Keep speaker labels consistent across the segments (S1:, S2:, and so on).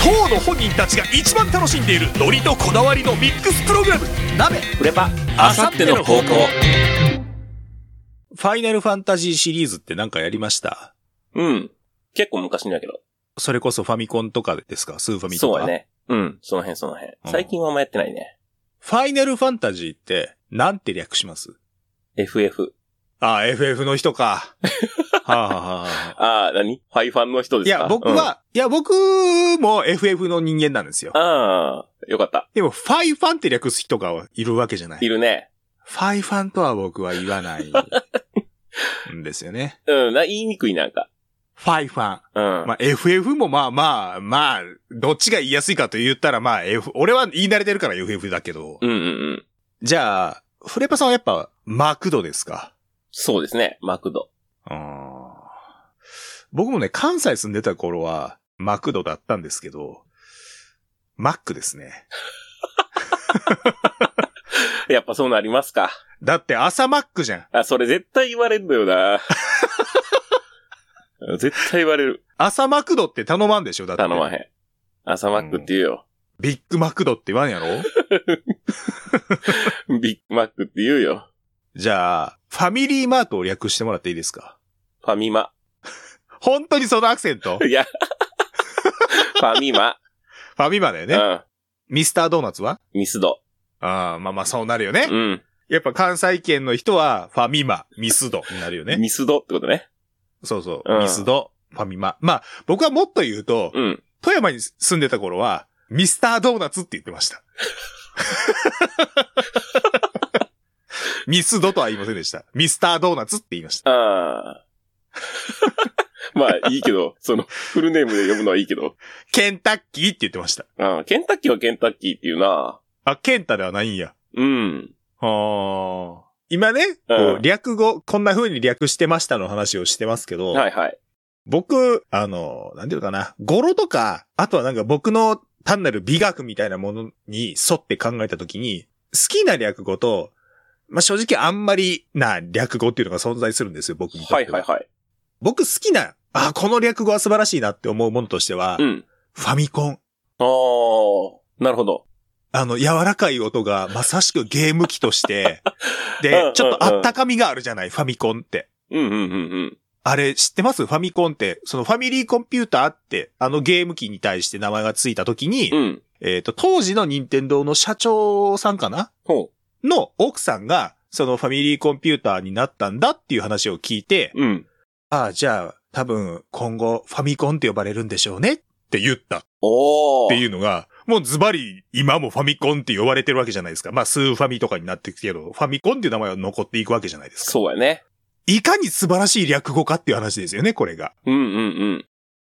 S1: 人たちが一番楽しんでいるノリとこだわりのミックスプログラム鍋
S2: フレパ
S3: あさっての方向
S1: ファイナルファンタジーシリーズってなんかやりました
S2: うん。結構昔だけど。
S1: それこそファミコンとかですかスーファミと
S2: そ
S1: か
S2: うやね。うん。その辺その辺。
S1: うん
S2: 最近はあんまやってないね。
S1: ファイナルファンタジーって、なんて略します
S2: FF。
S1: ああ、FF の人 か。はあ、はあはあ、
S2: ああ、何ファイファンの人
S1: い
S2: ですか
S1: や、僕は、いや、僕も FF の人間なんですよ
S2: うん。。ああ、よかった。
S1: でも、ファイファンって略す人がいるわけじゃない
S2: い。るね。
S1: ファイファンとは僕は言わないんですよ ね。
S2: うん、な、言いにくいなんか。
S1: ファイファン。
S2: うん。
S1: まあ、FF もまあまあ、まあ、どっちが言いやすいかと言ったらまあ、F、俺は言い慣れてるから FF だけど。
S2: うんうんうん。
S1: じゃあ、フレパさんはやっぱ、マクドですか
S2: そうですね。マクド。
S1: うん僕もね、関西住んでた頃は、マクドだったんですけど、マックですね。
S2: やっぱそうなりますか。
S1: だって朝マックじゃん。
S2: あ、それ絶対言われるのよ な。絶対言われる。
S1: 朝マクドって頼まんでしょだって。
S2: 頼まへん。朝マックって言うよ。
S1: ビッグマクドって言わんや ろ
S2: ビッグマックって言うよ。
S1: じゃあ、ファミリーマートを略してもらっていいですか
S2: ファミマ。
S1: 本当にそのアクセントフ
S2: いや。ファミマ。
S1: ァミマだよ
S2: う
S1: ね。
S2: ん。
S1: ミスタードーナツは
S2: ミスド。
S1: ああ、まあまあそうなるよね
S2: う。ん。
S1: やっぱ関西圏の人は、ファミマ、ミスドになるよね。
S2: ミスドってことね。
S1: そうそうう。
S2: ん
S1: ミスド、ファミマ。まあ、僕はもっと言うと、
S2: うん。
S1: 富山に住んでた頃は、ミスタードーナツって言ってま した。ミスドとは言いませんでした。ミスタードーナツって言いました。
S2: ああ。 まあ、いいけど、その、フルネームで呼ぶのはいいけど。
S1: ケンタッキーって言ってました。
S2: うん。ケンタッキーはケンタッキーっていうな。
S1: あ、ケンタではないんや。
S2: うん。
S1: あー今ね、こ
S2: うん
S1: う略語、こんな風に略してましたの話をしてますけど、
S2: はいはい。
S1: 僕、あの、なんていうのかな、語呂とか、あとはなんか僕の単なる美学みたいなものに沿って考えたときに、好きな略語と、まあ、正直あんまりな略語っていうのが存在するんですよ、僕にとっ
S2: はい
S1: ては。
S2: はいはい。
S1: 僕好きな、あ、この略語は素晴らしいなって思うものとしては、
S2: うん。
S1: ファミコン。
S2: ああ、なるほど。
S1: あの、柔らかい音がまさしくゲーム機として、 で、ちょっとあったかみがあるじゃない、ファミコンって。
S2: うんうんうんうん。
S1: あれ知ってますファミコンって、そのファミリーコンピューターって、あのゲーム機に対して名前がついた時に、
S2: うん。
S1: えっ、と、当時の任天堂の社長さんかな
S2: ほ
S1: の奥さんが、そのファミリーコンピューターになったんだっていう話を聞いて、
S2: う。うん。
S1: ああ、じゃあ、多分今後ファミコンって呼ばれるんでしょうねって言ったっ
S2: おー。。
S1: ていううのが、もうズバリ今もファミコンって呼ばれてるわけじゃないですか。まあ、スーファミとかになってくけど、ファミコンっていう名前は残っていくわけじゃないですか。
S2: そうやね。
S1: いかに素晴らしい略語かっていう話ですよね、これが。
S2: うんうん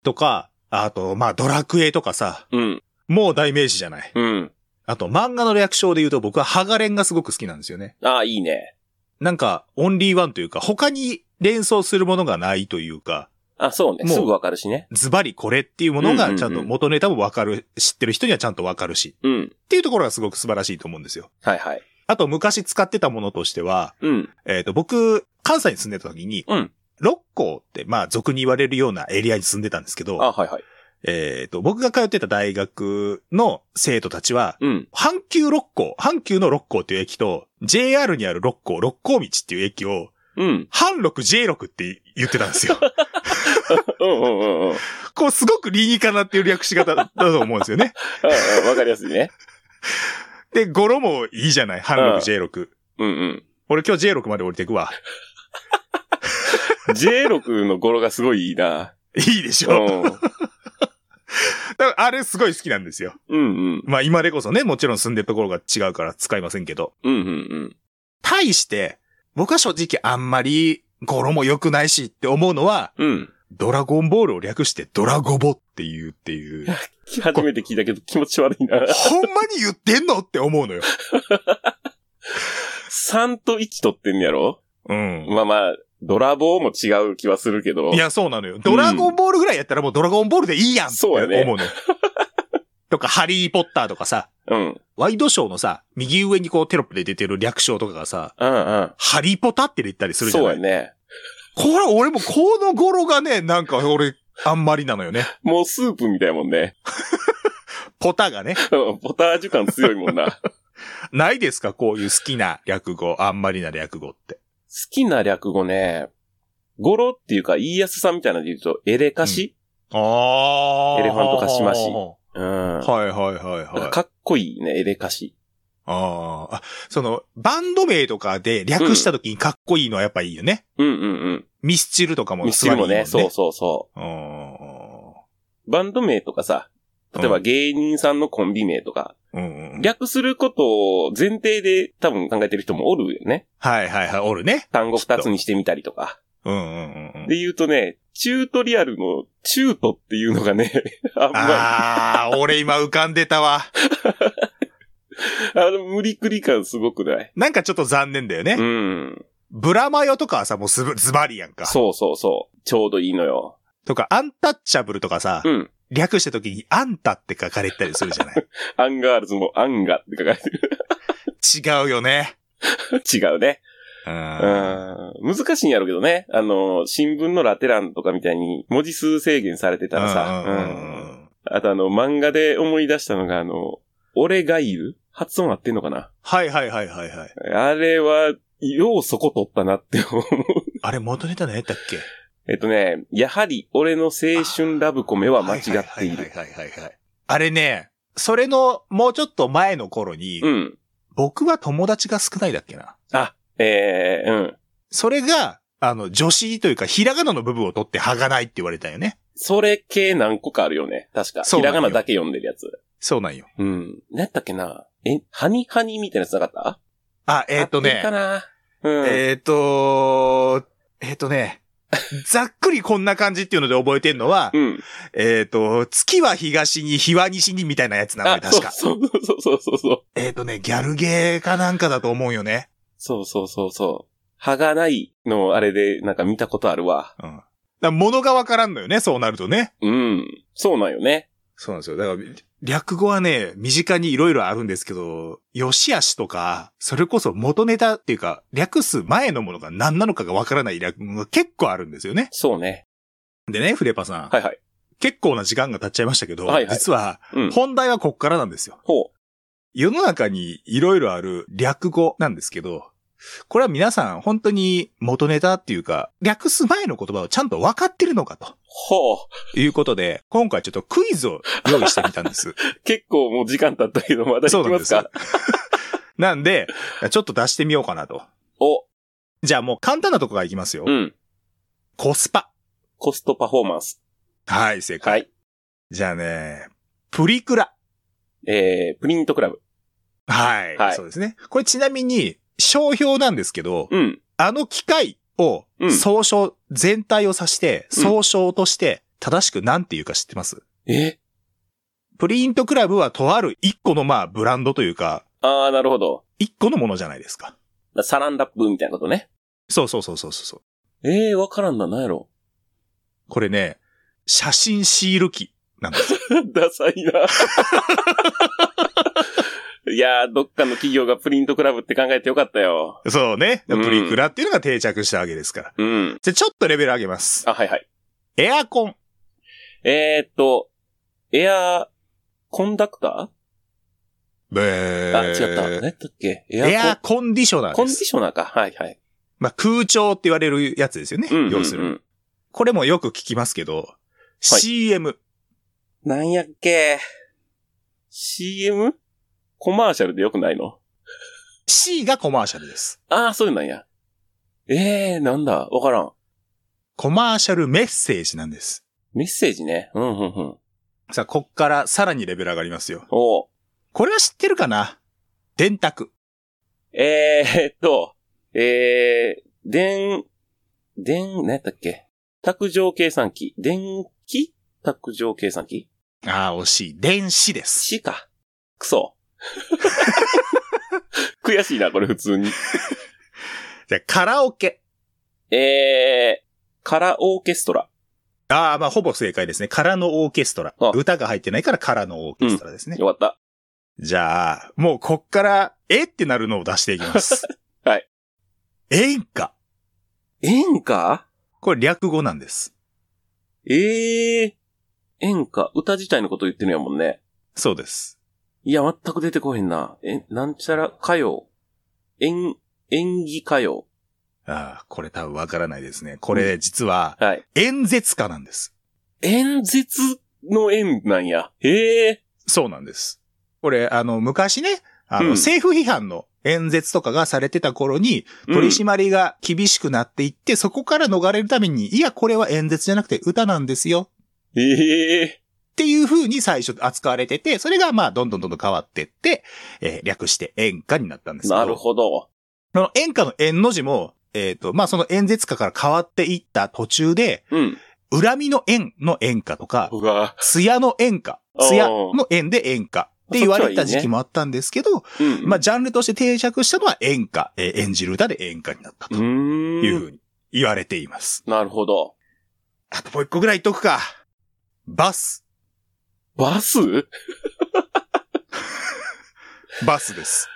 S1: とか、あと、まあ、ドラクエとかさ、
S2: うん。うん。
S1: もう代名詞じゃない。
S2: うん。
S1: あと、漫画の略称で言うと僕はハガレンがすごく好きなんですよね。
S2: ああ、いいね。
S1: なんか、オンリーワンというか、他に連想するものがないというか、
S2: あ、そうね。
S1: もう
S2: すぐわかるしね。
S1: ズバリこれっていうもの
S2: うんうんう
S1: が
S2: ん
S1: ちゃんと元ネタもわかる、知ってる人にはちゃんとわかるし、
S2: うん。
S1: っていうところがすごく素晴らしいと思うんですよ。
S2: はいはい。
S1: あと、昔使ってたものとしては、
S2: うん。
S1: えっ、と、僕、関西に住んでた時に、
S2: うん
S1: 六甲って、まあ、俗に言われるようなエリアに住んでたんですけ
S2: あ
S1: ど、
S2: はいはい。
S1: えっ、と、僕が通ってた大学の生徒たちは、
S2: うん。
S1: 阪急六甲、阪急の六甲っていう駅と、JR にある六甲、六甲道っていう駅を、
S2: うん。
S1: 半六 J 六って言ってたんです よ。
S2: うんうんうんうん。うんうん、わ
S1: こう、すごく理にかなっていう略し方だと思うんですよね。
S2: かりやすいね。
S1: で、語呂もいいじゃない半六 J 六。
S2: うん
S1: 俺今日 J 六まで降りてくわ。
S2: うん。J6 の語呂がすごいいいな。
S1: いいでし
S2: う
S1: ょ
S2: ん。
S1: だからあれすごい好きなんですよ。
S2: うんうん。
S1: まあ今でこそね、もちろん住んでるところが違うから使いませんけど。
S2: うんうん
S1: 対して、僕は正直あんまり語呂も良くないしって思うのは、
S2: うん。うん。
S1: ドラゴンボールを略してドラゴボっていうっていう。
S2: 初めて聞いたけど気持ち悪いな。
S1: ほんまに言ってんのって思うのよ。
S2: 3と1取ってんねやろ
S1: うん。
S2: まあまあ、ドラボーも違う気はするけど。
S1: いや、そうなのよ。ドラゴンボールぐらいやったらもうドラゴンボールでいいやんって
S2: そう
S1: 思
S2: や
S1: う
S2: ね
S1: のよ。 とか、ハリーポッターとかさ、
S2: うん。うん
S1: ワイドショーのさ、右上にこうテロップで出てる略称とかがさ、
S2: うん。
S1: ハリーポタって言ったりするじゃ
S2: そ
S1: な
S2: う
S1: い
S2: やね。
S1: これ俺もこの語呂がね、なんか俺、あんまりなのよね。
S2: もうスープみたいやもんね。
S1: ポタがね。
S2: うんポタージュ感強いもんな。好
S1: ないですかこういう好きな略語、あんまりな略語って。
S2: きな略語ね、語呂っていうか、言いやすさみたいなので言うと、エレカシ、
S1: あ
S2: エレファントカシマシ
S1: は
S2: うん、
S1: いはいはい
S2: な
S1: は
S2: んか
S1: い。
S2: かっこいいね、エレカシ。
S1: あーあ。その、バンド名とかで略した時にかっこいいのはやっぱいいよね。
S2: うんうん
S1: ミスチルとか
S2: う
S1: も
S2: ん。ミスチルもね、
S1: スワ
S2: そ
S1: リー
S2: うそうそ
S1: もんね
S2: う。バンド名とかさ、例えば
S1: うん
S2: 芸人さんのコンビ名とか、
S1: あーうんうん。
S2: 略することを前提で多分考えてる人もおるよね。
S1: はいはいはい、おるね。
S2: 単語二つにしてみたりとか。
S1: うんうんうんうん。
S2: で言うとね、チュートリアルのチュートっていうのがね、 あんまり、あ
S1: ああ、俺今浮かんでたわ。
S2: の、無理くり感すごくない
S1: なんかちょっと残念だよね。
S2: うん。
S1: ブラマヨとかはさ、もうすぶズバリやんか。
S2: そうそうそう。ちょうどいいのよ。
S1: とか、アンタッチャブルとかさ、
S2: うん。
S1: 略した時にアンタって書かれたりするじゃない。
S2: アンガールズもアンガって書かれて
S1: 違うよね。
S2: る。違うね。
S1: う。
S2: うんん。難しいんやろうけどね。あの、新聞のラテ欄とかみたいに文字数制限されてたらさ。
S1: うん
S2: うん。あとあの、漫画で思い出したのが、あの、俺が言う発音合ってんのかな
S1: はいはいはいはいはい。
S2: あれは、ようそこ取ったなって思う。
S1: あれ元ネタ何やったっけ
S2: えっとね、やはり俺の青春ラブコメは間違ってい
S1: はいはいはい
S2: る。
S1: はいはい。あれね、それのもうちょっと前の頃に、
S2: うん。
S1: 僕は友達が少ないだっけな。
S2: あ、えー、うん。
S1: それが、あの、女子というか、ひらがなの部分を取ってはがないって言われたよね。
S2: それ系何個かあるよね。確か。
S1: そう
S2: ひ
S1: な
S2: ら
S1: のよ
S2: がなだけ読んでるやつ。
S1: そうなんよ。
S2: うん。何やったっけなえ、ハニハニみたいなやつなかった
S1: あ、えっ、と
S2: 合ってるか
S1: ね、
S2: なうん。
S1: えっ、と、えっ、と ね、ざっくりこんな感じっていうので覚えてんのは、
S2: うん。
S1: えっ、と、月は東に、日は西にみたいなやつなのよ、確か。
S2: そうそうそうそうそう。
S1: えっ、とね、ギャルゲーかなんかだと思うよね。
S2: そうそうそうそう。はがないの、あれで、なんか見たことあるわ。
S1: うん。だから物がわからんのよね、そうなるとね。
S2: うん。そうなんよね。
S1: そうなんですよ。だから、略語はね、身近にいろいろあるんですけど、よしあしとか、それこそ元ネタっていうか、略す前のものが何なのかがわからない略語が結構あるんですよね。
S2: そうね。
S1: でね、フレパさん。
S2: はいはい。
S1: 結構な時間が経っちゃいましたけど、
S2: はいはい
S1: 実は、
S2: うん。
S1: 本題はこっからなんですよ。
S2: ほ
S1: 世の中にいろいろある略語なんですけど、これは皆さん本当に元ネタっていうか、略す前の言葉をちゃんと分かってるのかと
S2: う。ほう。
S1: いうことで、今回ちょっとクイズを用意してみたんです。
S2: 結構もう時間経ったけど、ま だ
S1: そうな
S2: 行き
S1: ん
S2: ま
S1: ですす
S2: か。
S1: なんで、ちょっと出してみようかなと。
S2: お、
S1: じゃあもう簡単なとこからいきますよ。
S2: うん。
S1: コスパ。
S2: コストパフォーマンス。
S1: はい、正解。
S2: はい。
S1: じゃあね、プリクラ。
S2: えー、プリントクラブ。
S1: はい、
S2: はい
S1: そうですね。これちなみに、商標なんですけど、
S2: うん。
S1: あの機械を
S2: うん
S1: 総称、全体を指して、
S2: うん
S1: 総称として、正しく何て言うか知ってます、
S2: え
S1: プリントクラブはとある一個のまあブランドというか、
S2: あー、なるほど。
S1: 一個のものじゃないですか。
S2: サランラップみたいなことね。
S1: そうそうそうそうそう。
S2: えー、わからんな、なんやろ。
S1: これね、写真シール機なんですよ。
S2: ダサいな。いやー、どっかの企業がプリントクラブって考えてよかったよ。
S1: そうね。
S2: うん
S1: プリクラっていうのが定着したわけですから。
S2: うん。
S1: じゃあちょっとレベル上げます。
S2: あ、はいはい。
S1: エアコン。
S2: えーっと、エアー、コンダクタ
S1: ブ
S2: ー、
S1: ー
S2: あ、違った。何やったっけエ
S1: エ
S2: ア
S1: ア
S2: コ
S1: コンディショナ
S2: ン、
S1: ー
S2: コン
S1: で
S2: ディ
S1: す。
S2: ショナーか。はいはい。
S1: まあ空調って言われるやつですよね。
S2: うんうんうん。
S1: 要するに。これもよく聞きますけど、CM。
S2: なんやっけ ?CM? コマーシャルでよくないの
S1: C がコマーシャルです。
S2: ああ、そういうのなんや。ええー、なんだわからん。
S1: コマーシャルメッセージなんです。
S2: メッセージね。うん、うん、うん。
S1: さあ、こっからさらにレベル上がりますよ。
S2: おう
S1: これは知ってるかな電卓。
S2: えーっと、えー、電、電、何やったっけ卓上計算機。電気卓上計算機
S1: ああ、惜しい。電子です。
S2: 死か。くそ。 悔しいな、これ普通に。
S1: じゃあカラオケ。
S2: えー、カラオーケストラ。
S1: ああ、まあ、ほぼ正解ですね。空のオーケストラ
S2: あ。
S1: 歌が入ってないから空のオーケストラですね。
S2: よかった。
S1: じゃあ、もうこっから、えってなるのを出していきます。
S2: はい。
S1: 演歌。
S2: 演歌
S1: これ略語なんです。
S2: ええ演歌、歌自体のこと言ってるんやもんね。
S1: そうです。
S2: いや、全く出てこへんな。え、なんちゃら歌謡。演、演技歌謡。
S1: ああ、これ多分わからないですね。これ実は、
S2: はい。
S1: 演説家なんです。
S2: 演説の演なんや。へえ。
S1: そうなんです。これ、あの、昔ね、あの、
S2: うん
S1: 政府批判の演説とかがされてた頃に、
S2: うん
S1: 取り締まりが厳しくなっていって、そこから逃れるために、いや、これは演説じゃなくて歌なんですよ。
S2: ええ。
S1: っていう風に最初扱われてて、それがまあ、どんどんどんどん変わってって、えー略して演歌になったんですけど。
S2: なるほど。
S1: その演歌の演の字も、えっ、と、まあ、その演説家から変わっていった途中で、
S2: うん。
S1: 恨みの縁の演歌とか、
S2: 僕は、
S1: 艶の演歌、艶の縁で演歌って言われた時期もあったんですけど、
S2: うん。
S1: まあ、ジャンルとして定着したのは演歌、えー演じる歌で演歌になった
S2: う
S1: と
S2: ーん。
S1: いうふうに言われています。
S2: なるほど。
S1: あともう一個ぐらい言っとくか。バス、
S2: バス
S1: バスです。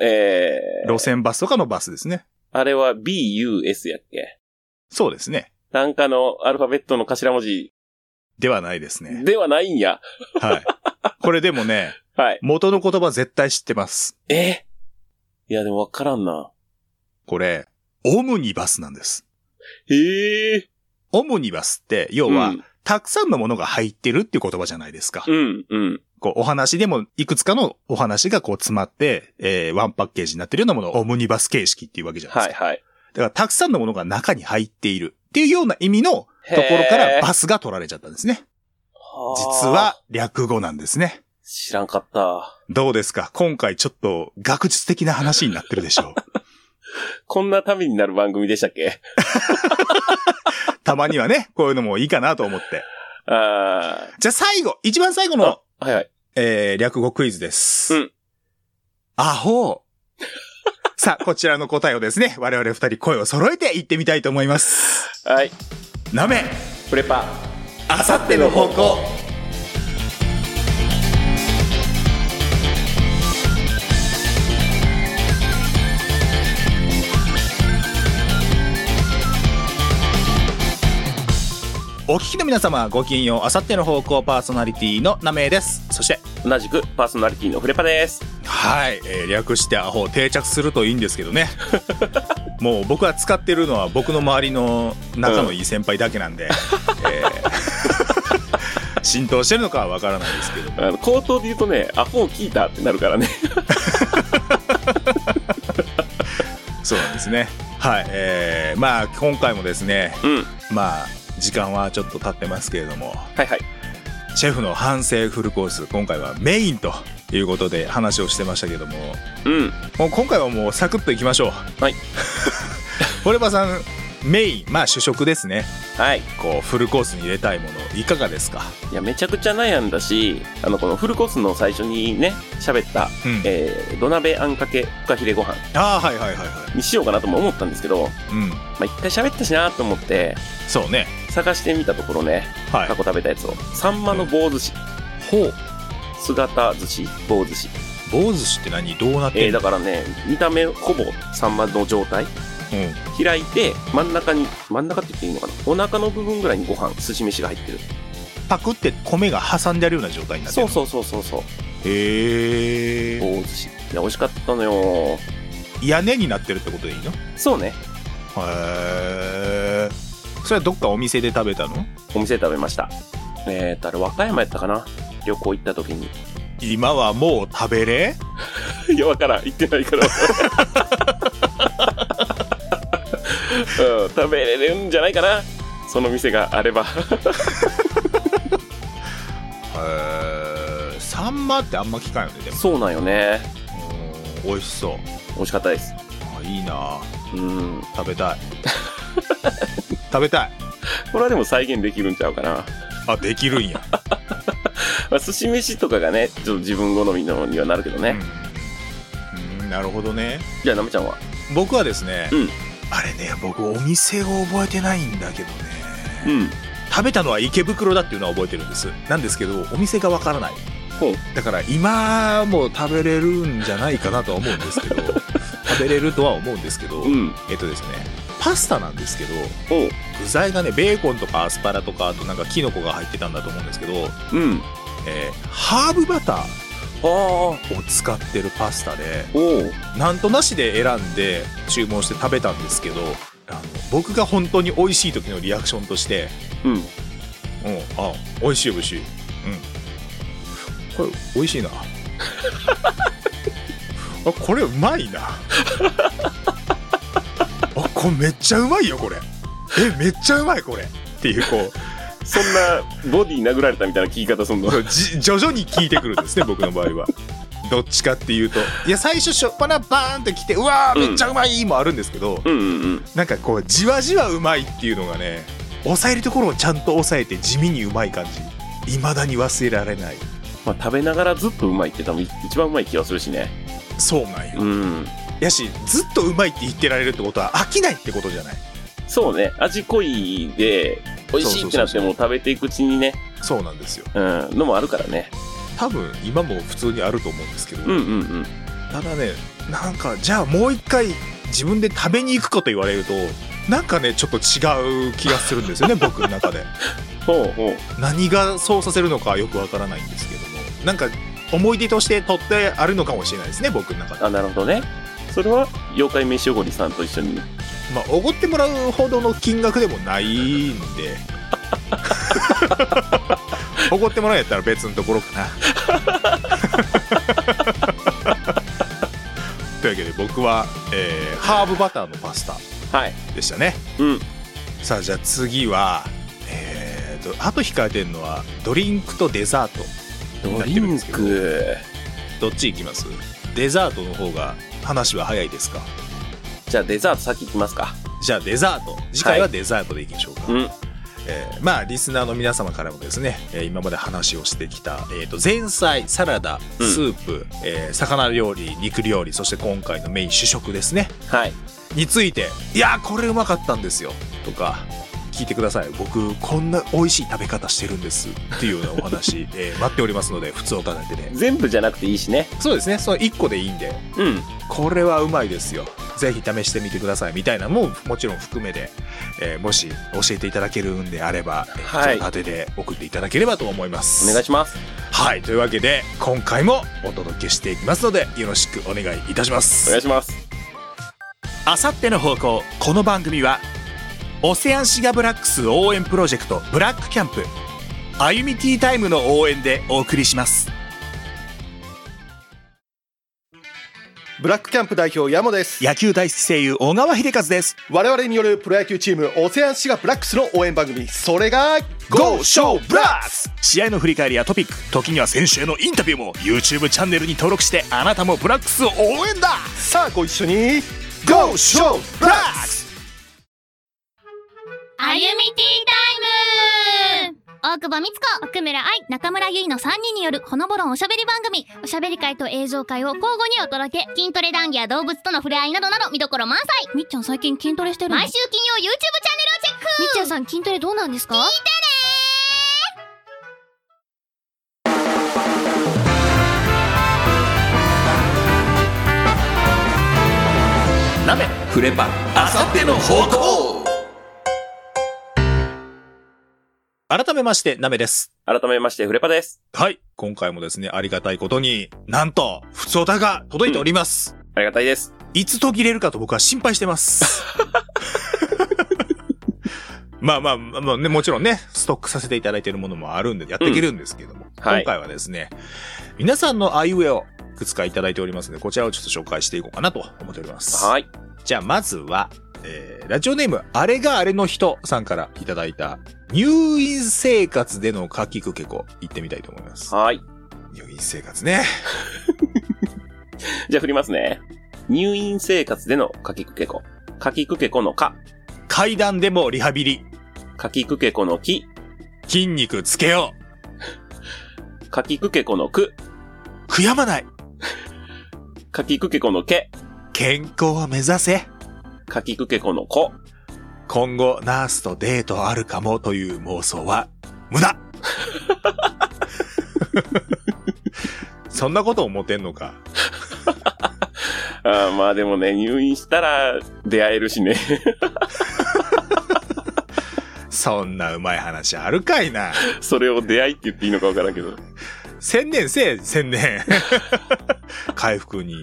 S2: ええ
S1: 路線バスとかのバスですね。
S2: あれは BUS やっけ
S1: そうですね。
S2: なんかのアルファベットの頭文字
S1: ではないですね。
S2: ではないんや。
S1: はい。これでもね、
S2: はい。
S1: 元の言葉絶対知ってます。
S2: えいや、でもわからんな。
S1: これ、オムニバスなんです。
S2: へえ。
S1: オムニバスって、要は、たくさんのものが入ってるっていう言葉じゃないですか
S2: う。ん、うん、
S1: こう、お話でも、いくつかのお話がこう詰まって、えー、ワンパッケージになってるようなものをオムニバス形式っていうわけじゃないです
S2: は
S1: か
S2: い、。はい。
S1: だからたくさんのものが中に入っているっていうような意味のところからバスが取られちゃったんですね。
S2: はあ
S1: 実は略語なんですね。
S2: 知らんかった。
S1: どうですか今回ちょっと学術的な話になってるでしょう。
S2: こんなためになる番組でしたっけ
S1: たまにはね、 こういうのもいいかなと思って。
S2: あ
S1: じゃあ最後、一番最後
S2: ー
S1: の
S2: あ、。はいはい。
S1: えー、略語クイズです。
S2: うん
S1: アホさあ、こちらの答えをですね、我々二人声を揃えて言ってみたいと思います。
S2: はい。
S1: なめ、
S2: プレパ。
S1: あさっての方向。お聞きの皆様ごきげんようあさっての方向パーソナリティのナメイですそして
S2: 同じくパーソナリティのフレパです。
S1: はい、えー略してアホ定着するといいんですけどね もう僕は使ってるのは僕の周りの仲のいい先輩だけなん で、えー 浸透してるのかはわからないですけど
S2: あの、口頭で言うとね、アホを聞いたってな るからね。
S1: そうなんですねはいえー、まあ今回もですね
S2: うん。
S1: まあ時間はちょっと経ってますけれども
S2: はいはい。
S1: シェフの反省フルコース今回はメインということで話をしてましたけども
S2: うん。
S1: もう今回はもうサクッといきましょう
S2: はい
S1: ホレバさんメインまあ主食ですね
S2: はい。
S1: こうフルコースに入れたいものいかがですか、
S2: いや、めちゃくちゃ悩んだし、あの、このフルコースの最初にね、喋った、
S1: うん
S2: えー、土鍋あんかけフカヒレご飯
S1: ああはいはいはいはい
S2: にしようかなとも思ったんですけど、
S1: うん
S2: まあ、一回喋ったしなと思って、
S1: そうね
S2: 探してみたところね、
S1: はい
S2: 過去食べたやつを、サンマの棒寿司、
S1: ほう
S2: 姿寿司、棒寿司。
S1: 棒寿司って何どうなっ
S2: え
S1: て
S2: ー、
S1: んの、
S2: だからね、見た目ほぼサンマの状態。
S1: うん
S2: 開いて、真ん中に、真ん中って言っていいのかなお腹の部分ぐらいにご飯、寿司飯が入ってる。
S1: パクって米が挟んであるような状態になって
S2: そ
S1: る
S2: うそうそうそうそう。
S1: うへえ
S2: 棒寿司。いや、美味しかったのよ。
S1: 屋根になってるってことでいいのへ
S2: そうね。
S1: えそれはどっかお店で食べたの
S2: お店で食べました。えーと、あれ、和歌山やったかな旅行行った時に。
S1: 今はもう食べれ
S2: いや、わからん。行ってないから。うん、食べれるんじゃないかなその店があれば。
S1: へえサンマってあんま聞かんよねでも
S2: そうなんよね。
S1: うん美味しそう
S2: 美味しかったです。
S1: あいいな
S2: うん。
S1: 食べ たい食べたい
S2: これはでも再現できるんちゃうかな。
S1: あできるんや
S2: まあ、寿司飯とかがね、ちょっと自分好みのにはなるけど
S1: う
S2: ね。
S1: んうんなるほどね
S2: じゃあ、なめちゃんは
S1: 僕はですね、
S2: うん
S1: あれね僕お店を覚えてないんだけどね、
S2: うん。
S1: 食べたのは池袋だっていうのは覚えてるんですなんですけどお店がわからない
S2: ほう
S1: だから今も食べれるんじゃないかなとは思うんです けど食べれるとは思うんですけど、
S2: うん。
S1: えっとですねパスタなんですけど
S2: おう。
S1: 具材がねベーコンとかアスパラとかあとなんかキノコが入ってたんだと思うんですけど
S2: うん。
S1: えーハーブバタ
S2: ああ、お
S1: ーを使ってるパスタで、
S2: う
S1: なんとなしで選んで注文して食べたんですけど、あの僕が本当に美味しい時のリアクションとして、
S2: うん。
S1: うん、あ、美味しい美味しい。うん。これ、美味しいな。 あ、これうまいな。あ、これめっちゃうまいよ、これ。え、めっちゃうまい、これ。っていう、こう、
S2: そんな、ボディ殴られたみたいな聞き方すんの。
S1: そう じ徐々に聞いてくるんです ね僕の場合はどっちかっていうといや最初しょっぱなバーンってきてうわー
S2: うん
S1: めっちゃうまいもあるんですけど、
S2: うんうんうん。
S1: なんかこうじわじわうまいっていうのがね抑えるところをちゃんと抑えて地味にうまい感じいまだに忘れられない
S2: まあ、食べながらずっとうまいって多分一番うまい気がするしね。
S1: そうなんよ、
S2: うん。
S1: やしずっとうまいって言ってられるってことは飽きないってことじゃない
S2: そうね。味濃いで、美味しいってなっても食べていくうちにね、
S1: そうなんですよ
S2: うん、のもあるからね。
S1: 多分今も普通にあると思うんですけど、
S2: うんうんうん。
S1: ただねなんかじゃあもう一回自分で食べに行くかと言われるとなんかねちょっと違う気がするんですよ ね僕の中で
S2: ほうほう。
S1: 何がそうさせるのかはよくわからないんですけどもなんか思い出として取ってあるのかもしれないですね僕の中で
S2: あ、なるほどね。それは、妖怪飯おごりさんと一緒に。
S1: まあおごってもらうほどの金額でもないん でおごってもらうんやったら別のところかな というわけで僕は、えーハーブバターのパスタ
S2: はい。
S1: でしたね
S2: うん。
S1: さあじゃあ次はえー、とあと控えてるのはドリンクとデザート
S2: ドリンク。
S1: どっち行きますデザートの方が話は早いですか
S2: じゃあデザート先行きますか。
S1: じゃあデザート次回はデザートでいきましょうか、
S2: うん。
S1: えーまあリスナーの皆様からもですね、えー今まで話をしてきた、えー、と前菜サラダス
S2: うん
S1: ープ、えー魚料理肉料理そして今回のメイン主食ですね
S2: はい。
S1: について「いやーこれうまかったんですよ」とか聞いてください僕こんな美味しい食べ方してるんですっていうようなお話、 えー待っておりますので普通を考えてね
S2: 全部じゃなくていいしね。
S1: そうですねその1個でいいんで
S2: うん。
S1: これはうまいですよぜひ試してみてくださいみたいなのももちろん含めて、えーもし教えていただけるんであれば、えー
S2: はい
S1: ちょっと当てて送っていただければと思います
S2: お願いします。
S1: はいというわけで今回もお届けしていきますのでよろしくお願いいたします
S2: お願いします。
S1: あさっての方向この番組はオセアンシガブラックス応援プロジェクトブラックキャンプ歩みティータイムの応援でお送りします
S3: ブラックキャンプ代表山本です
S1: 野球大好き声優小川秀和です
S3: 我々によるプロ野球チームオセアンシガブラックスの応援番組それが
S1: GO SHOW ブラッス試合の振り返りやトピック時には選手へのインタビューも YouTube チャンネルに登録してあなたもブラックスを応援だ
S3: さあご一緒に
S1: GO SHOW ブラッス
S4: あゆみティータイム大久保美津子、奥村愛、中村ゆいの3人によるほのぼろんおしゃべり番組、おしゃべり会と映像会を交互にお届け、筋トレ談義や動物との触れ合いなどなど見どころ満載みっちゃん最近筋トレしてるの毎週金曜 YouTube チャンネルをチェックみっちゃんさん筋トレどうなんですか聞いてね
S1: 鍋フレパあさっての方向改めまして鍋です
S2: 改めまして、フレパです。
S1: はい今回もですねありがたいことになんと普通歌が届いております、
S2: ありがたいです。
S1: いつ途切れるかと僕は心配してます。 まあまあ、まあね、もちろんね、ストックさせていただいているものもあるんで、やっていけるんですけども、
S2: はい
S1: 今回はですね、皆さんのアイウェイをいくつかいただいておりますので、こちらをちょっと紹介していこうかなと思っております。
S2: はい。
S1: じゃあまずは、えー、ラジオネーム、あれがあれの人さんからいただいた、入院生活での夏季クケコ、行ってみたいと思います。
S2: はい。
S1: 入院生活ね。
S2: じゃあ振りますね。入院生活でのかきくけこ。かきくけこのか。
S1: 階段でもリハビリ、
S2: かきくけこのき。
S1: 筋肉つけよ
S2: かきくけこの
S1: う。
S2: く。
S1: 悔やまない。
S2: かきくけこのけ。
S1: 健康を目指せ
S2: かきくけこのこ。
S1: 今後ナースとデートあるかもという妄想は無 駄そんなこと思ってんのか
S2: あーまあでもね、入院したら出会えるしね。
S1: そんなうまい話あるかいな。
S2: それを出会いって言っていいのかわからんけど。
S1: 千年せえ、千年。 回復に。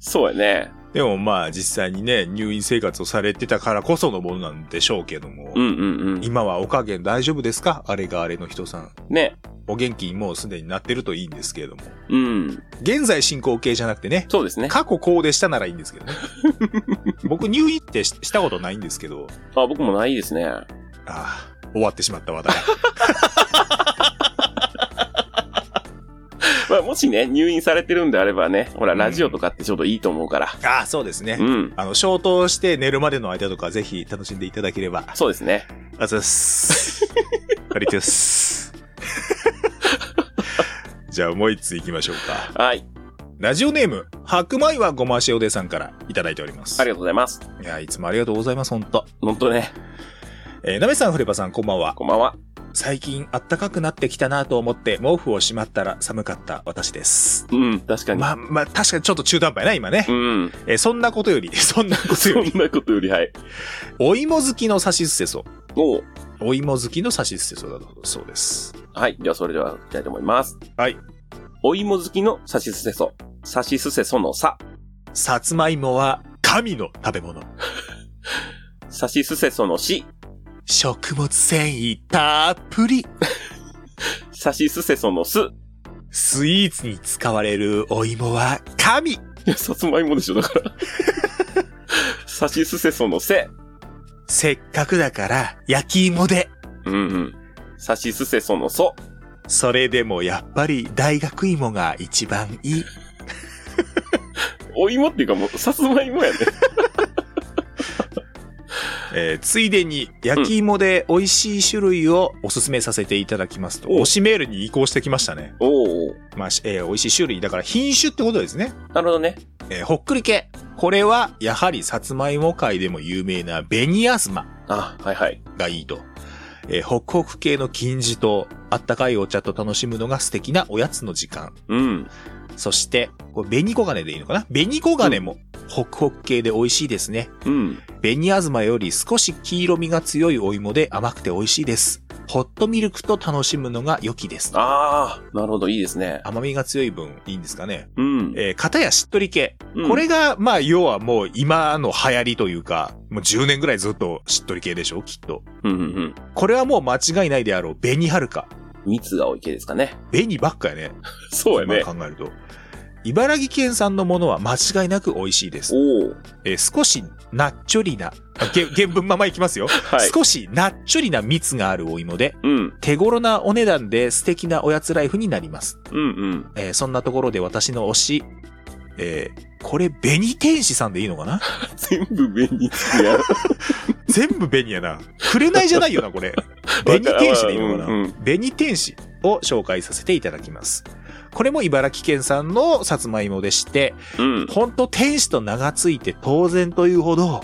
S2: そうやね。
S1: でもまあ実際にね、入院生活をされてたからこそのものなんでしょうけども。
S2: うんうんうん。
S1: 今はお加減大丈夫ですかあれがあれの人さん。
S2: ね。
S1: お元気にもうすでになってるといいんですけれども。
S2: うん。
S1: 現在進行形じゃなくてね、
S2: そうですね。
S1: 過去こうでしたならいいんですけどね。 僕入院ってししたことないんですけど、
S2: あ、僕もないですね。
S1: ああ、終わってしまった話題。
S2: まあ、もしね、入院されてるんであればね、ほら、ラジオとかってちょうどいいと思うから。
S1: ああ、そうですね。
S2: うん。
S1: あの、消灯して寝るまでの間とかぜひ楽しんでいただければ。
S2: そうですね。
S1: あざっす。ありがとうございます。 じゃあもう一つ行きましょうか。
S2: はい。
S1: ラジオネーム、白米はごま塩でさんからいただいております。
S2: ありがとうございます。
S1: いや、いつもありがとうございます、ほんと。
S2: ほんとね、
S1: えー、なべさん、ふればさん、こんばんは。
S2: こんばんは。
S1: 最近、あったかくなってきたなと思って、毛布をしまったら寒かった私です。
S2: うん、確かに。
S1: まあ、まあ、確かにちょっと中途半端やな、今ね
S2: う。ん。
S1: えーそんなことより、 そんなこと
S2: そ
S1: より、
S2: んなことより、はい。
S1: お芋好きのさしすせそ。
S2: おう
S1: お芋好きのさしすせそだと、そうです。
S2: はい。では、それでは、いきたいと思います。
S1: はい。
S2: お芋好きのさしすせそ。さしすせそのさ。
S1: さつまいもは、神の食べ物。
S2: さしすせそのし。
S1: 食物繊維たっぷり。
S2: さしすせそのす。
S1: スイーツに使われるお芋は、神。
S2: いや、さつまいもでしょ、だから。 さしすせそのせ。
S1: せっかくだから、焼き芋で。
S2: うんうん。さしすせそのそ。
S1: それでもやっぱり大学芋が一番いい。
S2: お芋っていうかもう、さつまいもやね。
S1: えーついでに焼き芋で美味しい種類をおすすめさせていただきますと、
S2: お
S1: 推しメールに移行してきましたね。
S2: おうおう
S1: まあ、しえー美味しい種類、だから品種ってことですね。
S2: なるほどね。
S1: えーほっくり系。これは、やはりさつまいも界でも有名なベニヤズマ
S2: あ、はいはい。
S1: がいいと。えーホクホク系の金字と、あったかいお茶と楽しむのが素敵なおやつの時間。
S2: うん。
S1: そして、これ紅黄金でいいのかな紅黄金も、ホクホク系で美味しいですね。
S2: うん。
S1: 紅あずまより少し黄色みが強いお芋で甘くて美味しいです。ホットミルクと楽しむのが良きです。
S2: ああ、なるほど、いいですね。
S1: 甘みが強い分いいんですかね。
S2: うん。
S1: えー、片やしっとり系。
S2: うん
S1: これが、まあ、要はもう今の流行りというか、もう10年ぐらいずっとしっとり系でしょきっと。
S2: うんうんうん。
S1: これはもう間違いないであろう。紅はるか。
S2: 蜜が多い系ですかね。
S1: 紅ばっかやね。
S2: そうやね。
S1: 今考えると。茨城県産のものは間違いなく美味しいです。
S2: おお。
S1: えー少しなっちょりな、あげ 原文ままいきますよ。
S2: はい。
S1: 少しなっちょりな蜜があるお芋で、
S2: うん。
S1: 手頃なお値段で素敵なおやつライフになります。
S2: うんうん。
S1: えーそんなところで私の推し、えーこれ、紅天使さんでいいのかな
S2: 全部便利ですやん。
S1: 全部紅やな。紅じゃないよな、こ れ。紅天使でいいのか
S2: うんう
S1: なん紅天使を紹介させていただきます。これも茨城県産のさつまいもでして、
S2: うん。
S1: ほんと天使と名がついて当然というほど、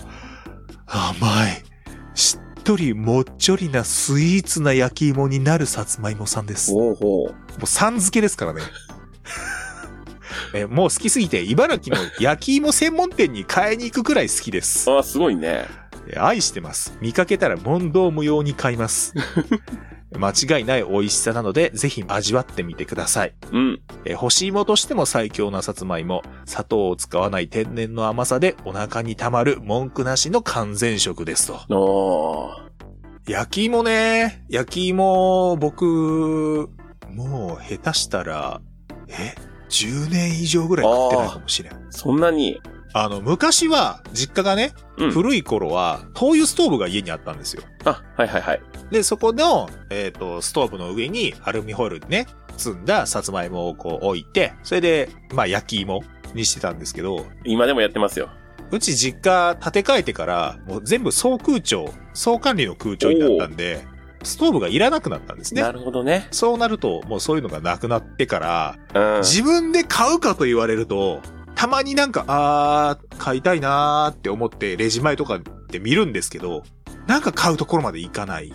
S1: 甘い、しっとりもっちょりなスイーツな焼き芋になるさつまいもさんです。
S2: ほうほう。
S1: もうさん付けですからね。 えもう好きすぎて、茨城の焼き芋専門店に買いに行くくらい好きです。
S2: あーすごいね。
S1: え愛してます。見かけたら問答無用に買います。間違いない美味しさなので、ぜひ味わってみてください。
S2: うん。
S1: え干し芋としても最強なさつまいも、砂糖を使わない天然の甘さでお腹にたまる文句なしの完全食ですと。
S2: おー。
S1: 焼き芋ね。焼き芋、僕、もう下手したら、え ?10 年以上ぐらい食ってないかもしれん。あ
S2: そんなに。
S1: の、昔は、実家がね、
S2: うん
S1: 古い頃は、灯油ストーブが家にあったんですよ。
S2: あ、はいはいはい。
S1: で、そこの、えっ、と、ストーブの上にアルミホイルでね、積んださつまいもをこう置いて、それで、まあ焼き芋にしてたんですけど、
S2: 今でもやってますよ。
S1: うち実家建て替えてから、もう全部総空調、総管理の空調になったんで、ストーブがいらなくなったんですね
S2: な。るほどね。
S1: そうなると、もうそういうのがなくなってから、
S2: うん。
S1: 自分で買うかと言われると、たまになんか、あー、買いたいなーって思って、レジ前とかで見るんですけど、なんか買うところまでいかない。い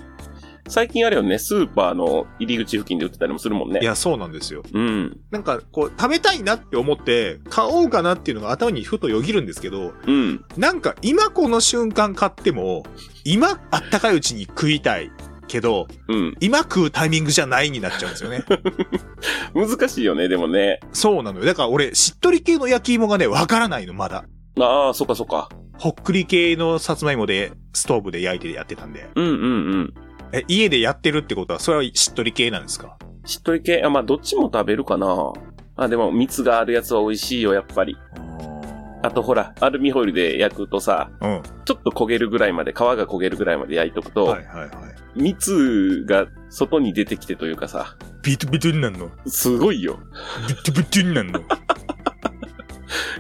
S2: 最近あれよね、スーパーの入り口付近で売ってたりもするもんね。
S1: や、そうなんですよ。
S2: うん。
S1: なんか、こう、食べたいなって思って、買おうかなっていうのが頭にふとよぎるんですけど、
S2: うん。
S1: なんか今この瞬間買っても、今あったかいうちに食いたい。けど、
S2: うん。
S1: 今食うタイミングじゃないになっちゃうんですよね。
S2: 難しいよね、でもね。
S1: そうなのよ。だから俺、しっとり系の焼き芋がね、わからないの、まだ。
S2: ああ、そっかそっか。
S1: ほっくり系のさつまいもで、ストーブで焼いてやってたんで。
S2: うんうんうん。
S1: え、家でやってるってことは、それはしっとり系なんですか
S2: しっとり系あ、まあ、どっちも食べるかな。あ、でも、蜜があるやつは美味しいよ、やっぱり。あと、ほら、アルミホイルで焼くとさ、
S1: うん。は
S2: ちょっと焦げるぐらいまで、皮が焦げるぐらいまで焼いとく
S1: い
S2: と、
S1: はいはい。
S2: 蜜が外に出てきてというかさ、
S1: ビトビトになんの
S2: すごいよ。
S1: ビトビトになんの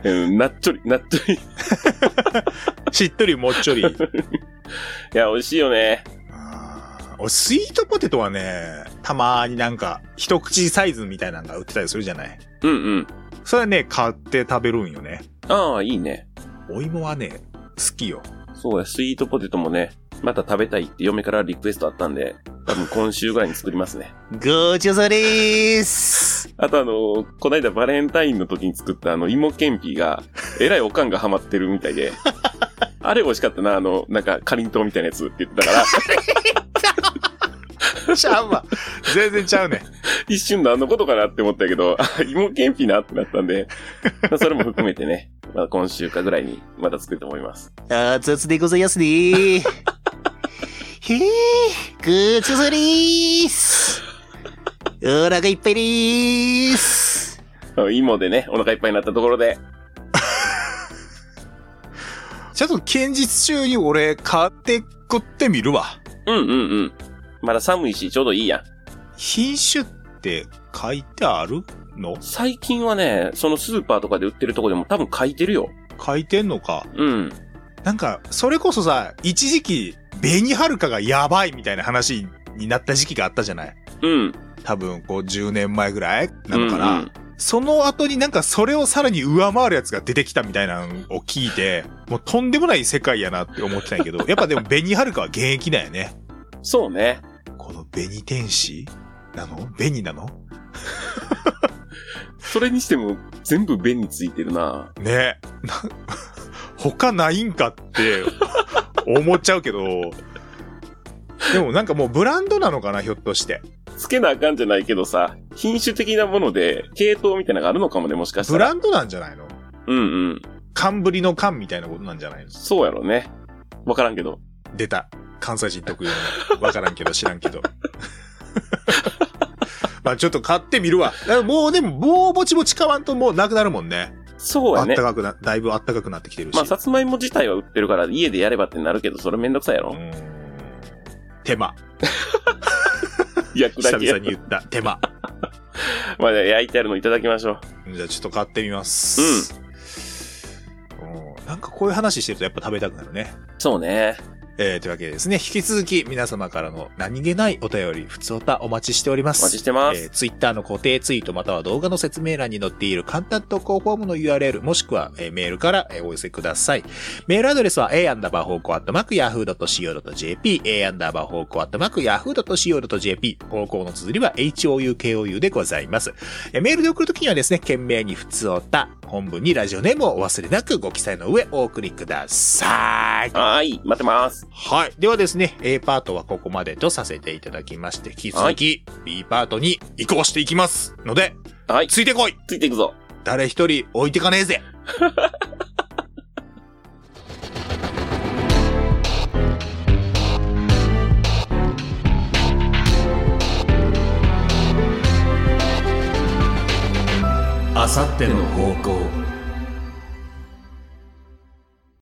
S2: うん、なっちょり、なっちょり。 い
S1: しっとりもっちょり。
S2: や、美味しいよね。
S1: あー俺、スイートポテトはね、たまーになんか、一口サイズみたいなのが売ってたりするじゃない
S2: うんうん。
S1: それはね、買って食べるんよね。
S2: ああ、いいね。
S1: お芋はね、好きよ。
S2: そうや、スイートポテトもね、また食べたいって嫁からリクエストあったんで、多分今週ぐらいに作りますね。
S1: ごちょそれーす。
S2: あとあの、こないだバレンタインの時に作ったあの、芋けんぴが、えらいおかんがハマってるみたいで、あれ美味しかったな、あの、なんか、かりんとうみたいなやつって言ってたから、
S1: ちゃうわ。全然ちゃうね。
S2: 一瞬何のことかなって思ったけど、あ芋けんぴなってなったんで、まあそれも含めてね、まあ、今週かぐらいにまた作ると思います。
S5: 熱々でございますね。 へえ、ごちそうさまでーす。お腹いっぱいでーす。
S2: あの芋でね、お腹いっぱいになったところで、
S1: ちょっと近日中に俺、買って食ってみるわ。
S2: うんうんうん。まだ寒いし、ちょうどいいやん。
S1: 品種って書いてあるの
S2: 最近はね、そのスーパーとかで売ってるとこでも多分書いてるよ。
S1: 書いてんのか。
S2: うん。
S1: なんか、それこそさ、一時期、紅はるかがやばいみたいな話になった時期があったじゃない
S2: うん。
S1: 多分、こう、10年前ぐらいなのかな、
S2: うんうん
S1: その後になんかそれをさらに上回るやつが出てきたみたいなのを聞いて、もうとんでもない世界やなって思ってたんやけど、やっぱでも紅はるかは現役だよね。
S2: そうね。
S1: この紅天使なの紅なの
S2: それにしても、全部弁についてるな。
S1: ねな他ないんかって思っちゃうけど、でもなんかもうブランドなのかな、ひょっとして。
S2: つけなあかんじゃないけどさ、品種的なもので、系統みたいなのがあるのかもね、もしかした
S1: ブ
S2: ら。
S1: ランドなんじゃないの
S2: うんうん。
S1: 寒ぶりの缶みたいなことなんじゃないの
S2: そうやろね。わからんけど。
S1: 出た。関西人特有の。わからんけど、知らんけど。 まあちょっと買ってみるわ。だからもうでも、もうぼちぼち買わんともうなくなるもんね。
S2: そう
S1: あ
S2: や
S1: った
S2: ね。
S1: かくな、だいぶあったかくなってきてるし。
S2: まあ、さつまいも自体は売ってるから、家でやればってなるけど、それめんどくさいや
S1: う
S2: ろ。
S1: ーん手間。
S2: 焼くだ
S1: 久
S2: けや
S1: 々。に言った。手 間。
S2: まあ、じゃあ焼いてあるのいただきましょう。
S1: じゃあちょっと買ってみます。うん。なんかこういう話してるとやっぱ食べたくなるね。
S2: そうね。
S1: えー、というわけでですね、引き続き皆様からの何気ないお便り、普通歌お待ちしておりま
S2: お
S1: す。
S2: 待ちしてます。
S1: えー、ツイッターの固定ツイートまたは動画の説明欄に載っている簡単投稿フォームの URL もしくは、えーメールから、えーお寄せください。メールアドレスは a アンダーバー方向アットマーク yahoo.co.jp a アンダーバー方向アットマーク yahoo.co.jp 方向の綴りは houkou でございます。えーメールで送るときにはですね、懸命に普通おた、本文にラジオネームをお忘れなくご記載の上お送りください。
S2: はーい、待ってます。
S1: はい。ではですね、A パートはここまでとさせていただきまして、引き続き B パートに移行していきますので、
S2: はい、
S1: ついてこい
S2: ついていくぞ。
S1: 誰一人置いてかねえぜ
S6: あさっての方向